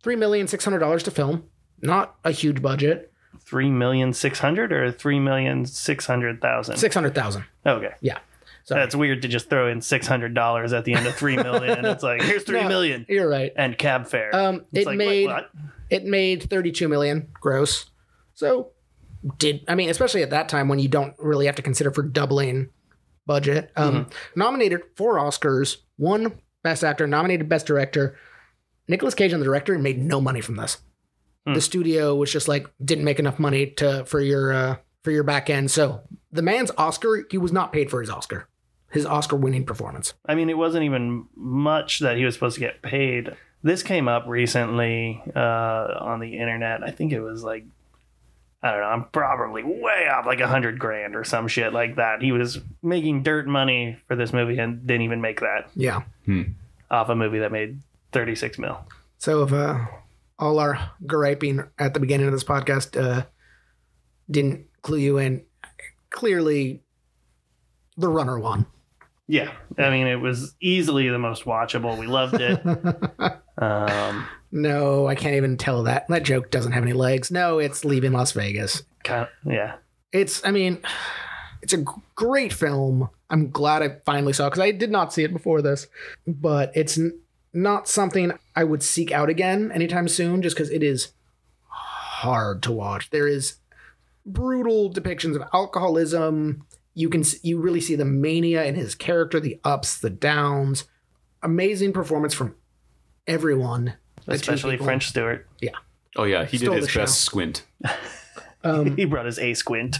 Speaker 3: three million six hundred dollars to film. Not a huge budget.
Speaker 4: Three million six hundred or three million six hundred thousand.
Speaker 3: Six hundred thousand.
Speaker 4: Okay.
Speaker 3: Yeah. Sorry.
Speaker 4: That's weird to just throw in six hundred dollars at the end of three million. it's like here's three
Speaker 3: No.
Speaker 4: million
Speaker 3: You're right.
Speaker 4: and cab fare.
Speaker 3: Um,
Speaker 4: It's
Speaker 3: it
Speaker 4: like, wait,
Speaker 3: made
Speaker 4: what?
Speaker 3: it made thirty two million gross. So did I mean especially at that time when you don't really have to consider for doubling budget. Um, Nominated for Oscars, one Best Actor, nominated Best Director. Nicholas Cage and the director made no money from this.
Speaker 4: Hmm.
Speaker 3: The studio was just like didn't make enough money to for your uh, for your back end. So the man's Oscar, he was not paid for his Oscar, his Oscar winning performance.
Speaker 4: I mean, it wasn't even much that he was supposed to get paid. This came up recently uh, on the internet. I think it was like, I don't know, I'm probably way off, like a hundred grand or some shit like that. He was making dirt money for this movie and didn't even make that
Speaker 3: Yeah.
Speaker 4: off a movie that made 36 mil.
Speaker 3: So if uh, all our griping at the beginning of this podcast uh, didn't clue you in, clearly the runner won.
Speaker 4: Yeah. I mean, it was easily the most watchable. We loved it. um,
Speaker 3: No, I can't even tell that. That joke doesn't have any legs. No, it's leaving Las Vegas.
Speaker 4: kind of, yeah.
Speaker 3: It's, I mean, it's a g- great film. I'm glad I finally saw because I did not see it before this, but it's n- not something I would seek out again anytime soon just because it is hard to watch. There is brutal depictions of alcoholism. You can s- you really see the mania in his character, the ups, the downs. Amazing performance from everyone, the two
Speaker 4: Especially
Speaker 3: people.
Speaker 4: French Stewart.
Speaker 1: Oh yeah, he
Speaker 3: Stole
Speaker 1: did his
Speaker 3: the
Speaker 1: best
Speaker 3: show.
Speaker 1: squint.
Speaker 3: Um,
Speaker 4: He brought his A squint.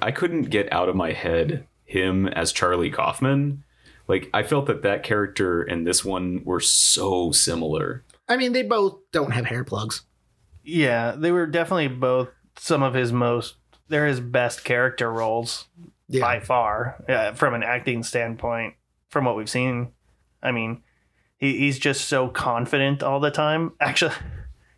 Speaker 1: I couldn't get out of my head him as Charlie Kaufman. Like I felt that that character and this one were so similar.
Speaker 3: I mean, they both don't have hair plugs.
Speaker 4: Yeah, they were definitely both some of his most they're his best character roles
Speaker 3: Yeah.
Speaker 4: by far uh, from an acting standpoint from what we've seen. I mean, he, he's just so confident all the time. Actually,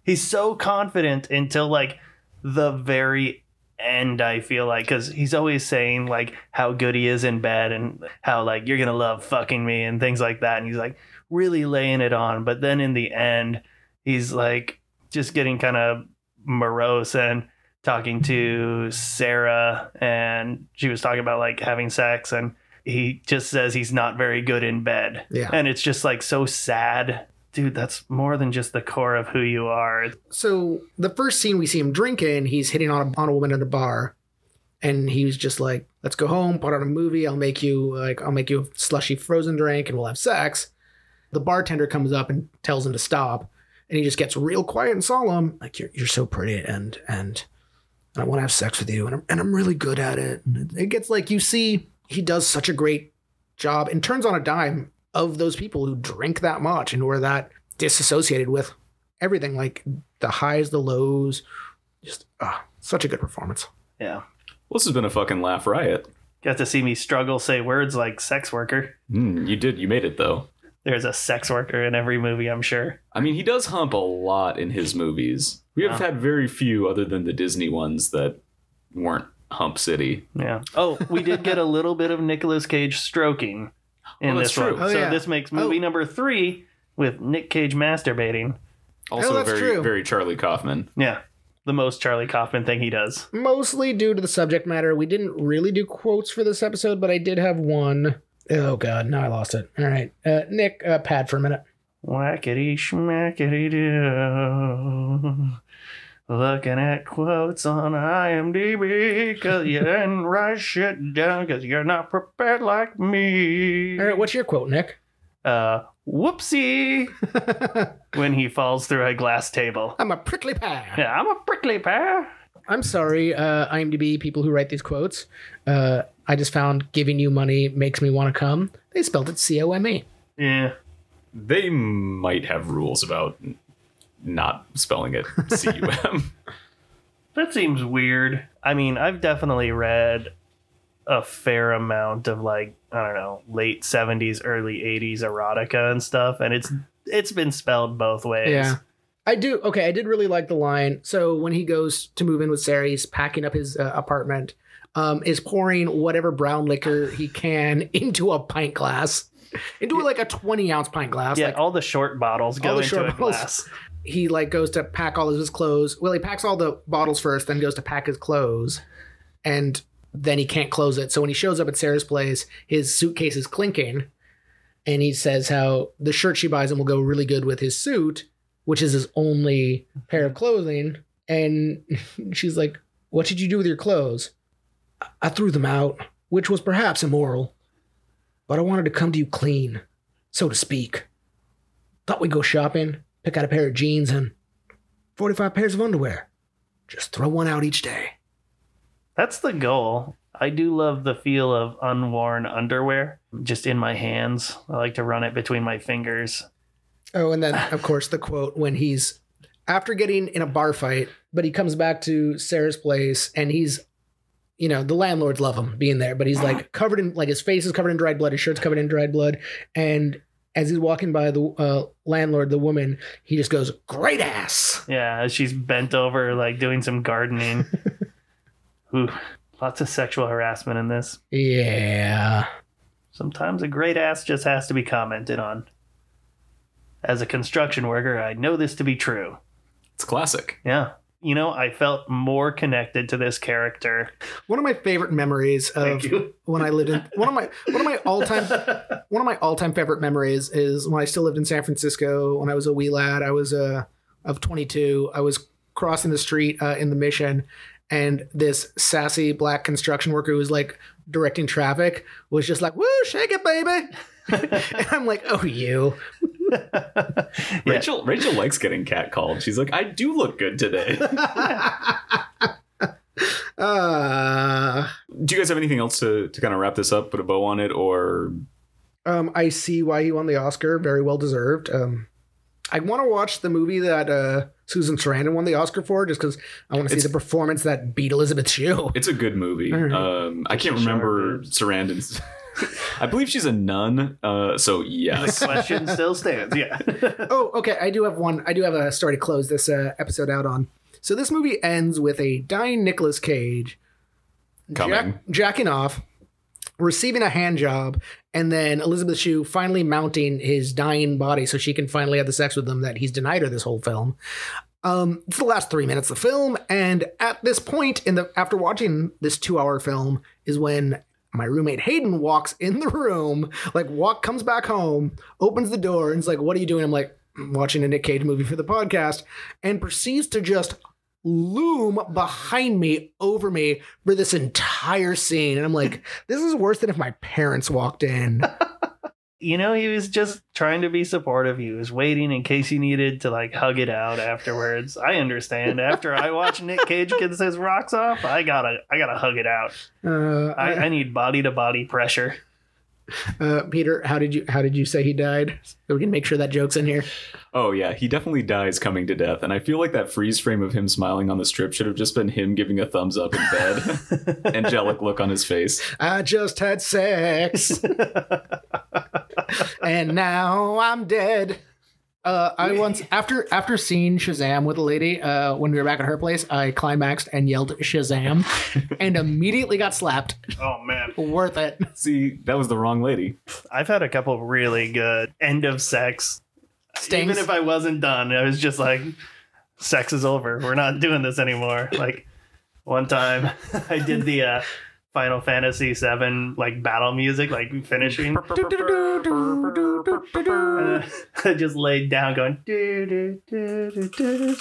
Speaker 4: he's so confident until like the very end I feel like cuz he's always saying like how good he is in bed and how like you're going to love fucking me and things like that and he's like really laying it on, but then in the end he's like just getting kind of morose and talking to Sarah and she was talking about like having sex and he just says he's not very good in bed.
Speaker 3: Yeah.
Speaker 4: And it's just like so sad. Dude, that's more than just the core of who you are.
Speaker 3: So the first scene we see him drinking, he's hitting on a, on a woman at a bar, and he was just like, "Let's go home, put on a movie. I'll make you like I'll make you a slushy frozen drink, and we'll have sex." The bartender comes up and tells him to stop, and he just gets real quiet and solemn, like, "You're you're so pretty, and and." And I want to have sex with you, and I'm, and I'm really good at it. And it gets like you see, he does such a great job and turns on a dime of those people who drink that much and who are that disassociated with everything. Like the highs, the lows. Just ah, such a good performance.
Speaker 4: Yeah.
Speaker 1: Well, this has been a fucking laugh riot.
Speaker 4: Got to see me struggle say words like sex worker.
Speaker 1: Hmm, you did. You made it though.
Speaker 4: There's a sex worker in every movie, I'm sure.
Speaker 1: I mean, he does hump a lot in his movies. We have
Speaker 4: Yeah.
Speaker 1: had very few other than the Disney ones that weren't Hump City.
Speaker 4: Yeah. Oh, we did get a little bit of Nicolas Cage stroking in
Speaker 1: Oh, that's
Speaker 4: this one.
Speaker 1: true.
Speaker 3: Oh,
Speaker 4: so
Speaker 3: yeah.
Speaker 4: this makes movie
Speaker 3: Oh.
Speaker 4: number three with Nick Cage masturbating.
Speaker 1: Also,
Speaker 3: Oh, that's
Speaker 1: very
Speaker 3: true.
Speaker 1: very Charlie Kaufman.
Speaker 4: Yeah. The most Charlie Kaufman thing he does.
Speaker 3: Mostly due to the subject matter, we didn't really do quotes for this episode, but I did have one. Oh god, no, I lost it. All right, uh, Nick, uh, pad for a minute.
Speaker 4: Whackity schmackity do. Looking at quotes on IMDb because you didn't write shit down because you're not prepared like me.
Speaker 3: All right, what's your quote, Nick?
Speaker 4: Uh, whoopsie. when he falls through a glass table.
Speaker 3: I'm a prickly pear.
Speaker 4: Yeah, I'm a prickly pear.
Speaker 3: I'm sorry, uh, IMDb people who write these quotes. Uh, I just found "giving you money makes me want to come." They spelled it C O M E.
Speaker 4: Yeah.
Speaker 1: They might have rules about not spelling it C U M.
Speaker 4: That seems weird. I mean, I've definitely read a fair amount of like, I don't know, late 70s, early 80s erotica and stuff and it's it's been spelled both ways.
Speaker 3: Yeah. I do. Okay, I did really like the line. So when he goes to move in with Sarah, he's packing up his uh, apartment, um, is pouring whatever brown liquor he can into a pint glass, into like a twenty ounce pint glass.
Speaker 4: yeah,
Speaker 3: Like,
Speaker 4: all the short bottles
Speaker 3: All
Speaker 4: go
Speaker 3: the
Speaker 4: into
Speaker 3: short
Speaker 4: a
Speaker 3: bottles.
Speaker 4: glass.
Speaker 3: he like goes to pack all of his clothes. Well, he packs all the bottles first, then goes to pack his clothes, and then he can't close it. So when he shows up at Sarah's place, his suitcase is clinking, and he says how the shirt she buys him will go really good with his suit, which is his only pair of clothing. And she's like, "What did you do with your clothes?" "I- I threw them out, which was perhaps immoral, but I wanted to come to you clean, so to speak. Thought we'd go shopping, pick out a pair of jeans and 45 pairs of underwear. Just throw one out each day.
Speaker 4: That's the goal. I do love the feel of unworn underwear just in my hands. I like to run it between my fingers.
Speaker 3: Oh, and then, of course, the quote when he's after getting in a bar fight, but he comes back to Sarah's place and he's, you know, the landlords love him being there, but he's like covered in, like his face is covered in dried blood, his shirt's covered in dried blood. And as he's walking by the uh, landlord, the woman, he just goes, Great ass.
Speaker 4: Yeah, she's bent over, like doing some gardening. Ooh, lots of sexual harassment in this.
Speaker 3: Yeah.
Speaker 4: Sometimes a great ass just has to be commented on. As a construction worker, I know this to be true.
Speaker 1: It's classic.
Speaker 4: Yeah. You know, I felt more connected to this character.
Speaker 3: One of my favorite memories of
Speaker 4: Thank you.
Speaker 3: when I lived in one of my one of my all time one of my all time favorite memories is when I still lived in San Francisco when I was a wee lad. I was uh, of 22. I was crossing the street uh, in the Mission, and this sassy black construction worker who was like directing traffic was just like, "Woo, shake it, baby!" and I'm like, "Oh, you."
Speaker 4: Yeah.
Speaker 1: Rachel Rachel likes getting catcalled. She's like, I do look good today.
Speaker 3: Uh,
Speaker 1: do you guys have anything else to, to kind of wrap this up, put a bow on it, or
Speaker 3: um, I see why he won the Oscar. Very well deserved. Um, I want to watch the movie that uh, Susan Sarandon won the Oscar for, just because I want to see
Speaker 1: It's-
Speaker 3: the performance that beat Elizabeth Shue.
Speaker 1: It's a good movie.
Speaker 3: All right.
Speaker 1: Um, I can't
Speaker 4: Just show her
Speaker 1: remember
Speaker 4: boobs.
Speaker 1: Sarandon's. I believe she's a nun. Uh, so yes,
Speaker 4: Question still stands. Yeah.
Speaker 3: Oh, okay. I do have one. I do have a story to close this uh, episode out on. So this movie ends with a dying Nicolas Cage
Speaker 1: coming.
Speaker 3: jacking off, receiving a hand job, and then Elizabeth Shue finally mounting his dying body so she can finally have the sex with him that he's denied her this whole film. Um, it's the last three minutes of the film, and at this point in the after watching this two-hour film is when my roommate Hayden walks in the room, like walk comes back home, opens the door, and is like, "What are you doing?" I'm like, "I'm watching a Nick Cage movie for the podcast," and proceeds to just loom behind me over me for this entire scene, and I'm like, "This is worse than if my parents walked in."
Speaker 4: You know, he was just trying to be supportive. He was waiting in case you needed to like hug it out afterwards. I understand. After I watch Nick Cage get his rocks off, I gotta I gotta hug it out.
Speaker 3: Uh,
Speaker 4: I, I need body to body pressure.
Speaker 3: Uh, Peter, how did you how did you say he died? So we can make sure that joke's in here.
Speaker 1: Oh yeah, he definitely dies coming to death, and I feel like that freeze frame of him smiling on the strip should have just been him giving a thumbs up in bed, angelic look on his face.
Speaker 3: I just had sex, and now I'm dead. Uh, I once after after seeing Shazam with a lady uh, when we were back at her place, I climaxed and yelled Shazam, and immediately got slapped.
Speaker 4: Oh man.
Speaker 3: Worth it.
Speaker 1: See, that was the wrong lady.
Speaker 4: I've had a couple really good end of sex.
Speaker 3: Stings.
Speaker 4: Even if I wasn't done, I was just like, sex is over. We're not doing this anymore. Like one time I did the uh Final Fantasy VII like battle music, like finishing. And I just laid down going "Do, do, do, do, do,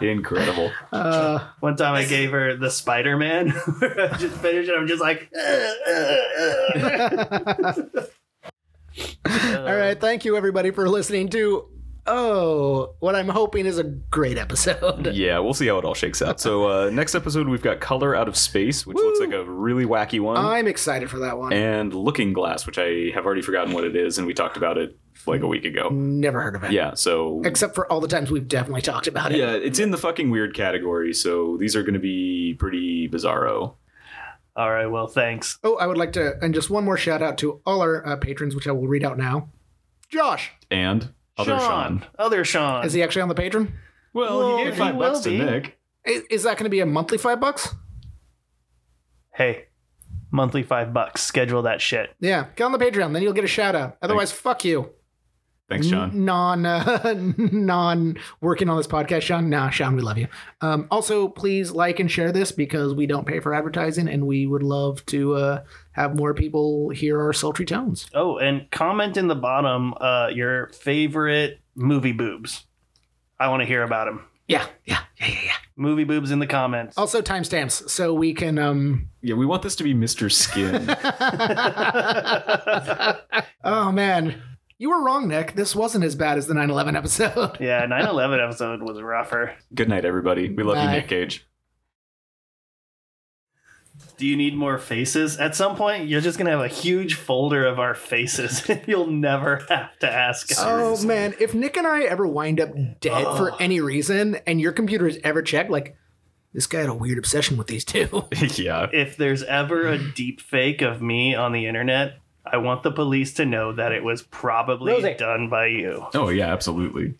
Speaker 4: do."
Speaker 1: Incredible.
Speaker 3: Uh,
Speaker 4: one time I gave her the Spider Man where I just finished and I'm just like "Uh, uh, uh."
Speaker 3: all right, thank you everybody for listening to. Oh, what I'm hoping is a great episode.
Speaker 1: Yeah, we'll see how it all shakes out. So uh, next episode we've got Color Out of Space, which looks like a really wacky one,
Speaker 3: I'm excited for that one.
Speaker 1: and Looking Glass, which I have already forgotten what it is, and we talked about it like a week ago.
Speaker 3: Never heard of it.
Speaker 1: Yeah, so
Speaker 3: Except for all the times we've definitely talked about it.
Speaker 1: yeah, it's in the fucking weird category. So these are going to be pretty bizarro.
Speaker 4: All right, well thanks.
Speaker 3: Oh, I would like to, and just one more shout out to all our uh, patrons, which I will read out now. Josh,
Speaker 1: And other Sean.
Speaker 4: Other Sean.
Speaker 3: is he actually on the patron?
Speaker 1: Well,
Speaker 4: Well,
Speaker 1: he gave
Speaker 4: he
Speaker 1: five
Speaker 4: will
Speaker 1: bucks to
Speaker 4: be.
Speaker 1: Nick.
Speaker 3: Is, is that going to be a monthly five bucks?
Speaker 4: hey, monthly five bucks. Schedule that shit.
Speaker 3: Yeah, get on the Patreon, then you'll get a shout out. Otherwise, fuck you.
Speaker 1: Thanks,
Speaker 3: Mm.
Speaker 1: Sean.
Speaker 3: Non, uh, non working on this podcast, Sean. Nah, Sean, we love you. Um, also, please like and share this because we don't pay for advertising, and we would love to uh, have more people hear our sultry tones.
Speaker 4: Oh, and comment in the bottom uh, your favorite movie boobs. I want to hear about them.
Speaker 3: Yeah, yeah, yeah, yeah. yeah.
Speaker 4: Movie boobs in the comments.
Speaker 3: Also, timestamps, so we can. um
Speaker 1: Yeah, we want this to be Mr. Skin.
Speaker 3: Oh man, you were wrong, Nick. This wasn't as bad as the 9/11 episode.
Speaker 4: yeah, 9 11 episode was rougher.
Speaker 1: Good night, everybody. We love you,
Speaker 3: Bye.
Speaker 1: Nick Cage.
Speaker 4: Do you need more faces? At some point, you're just going to have a huge folder of our faces. You'll never have to ask us.
Speaker 3: Oh man, if Nick and I ever wind up dead for any reason, and your computer is ever checked, like this guy had a weird obsession with these two.
Speaker 1: yeah.
Speaker 4: If there's ever a deep fake of me on the internet, I want the police to know that it was probably
Speaker 3: Rosie.
Speaker 4: done by you.
Speaker 1: Oh, yeah, absolutely.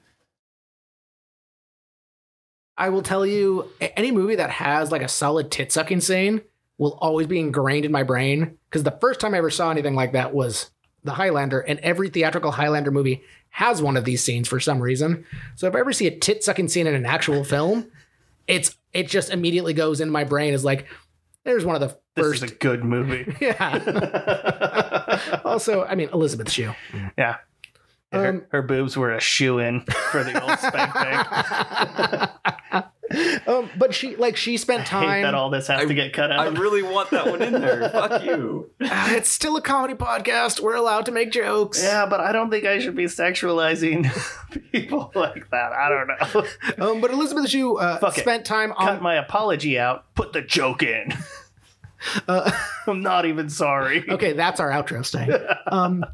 Speaker 3: I will tell you, a- any movie that has like a solid tit sucking scene will always be ingrained in my brain because the first time I ever saw anything like that was the Highlander, and every theatrical Highlander movie has one of these scenes for some reason. So if I ever see a tit sucking scene in an actual film, it's it just immediately goes in my brain as like, there's one of the
Speaker 4: This
Speaker 3: first.
Speaker 4: is a good movie.
Speaker 3: yeah. also, I mean Elizabeth Shue.
Speaker 4: Yeah.
Speaker 3: Um,
Speaker 4: Her, her boobs were a shoe in for the old spank bank.
Speaker 3: Um, but she like she spent
Speaker 4: I
Speaker 3: time.
Speaker 4: hate that all this has to get cut
Speaker 1: I
Speaker 4: out.
Speaker 1: really want that one in there. Fuck you.
Speaker 3: Ah, it's still a comedy podcast. We're allowed to make jokes.
Speaker 4: yeah, but I don't think I should be sexualizing people like that. I don't know. Um,
Speaker 3: Um, but Elizabeth Shue uh,
Speaker 4: Fuck it.
Speaker 3: spent time
Speaker 4: Cut
Speaker 3: on.
Speaker 4: my apology out. Put the joke in. Uh, I'm not even sorry.
Speaker 3: Okay, that's our outro, Stang. Um,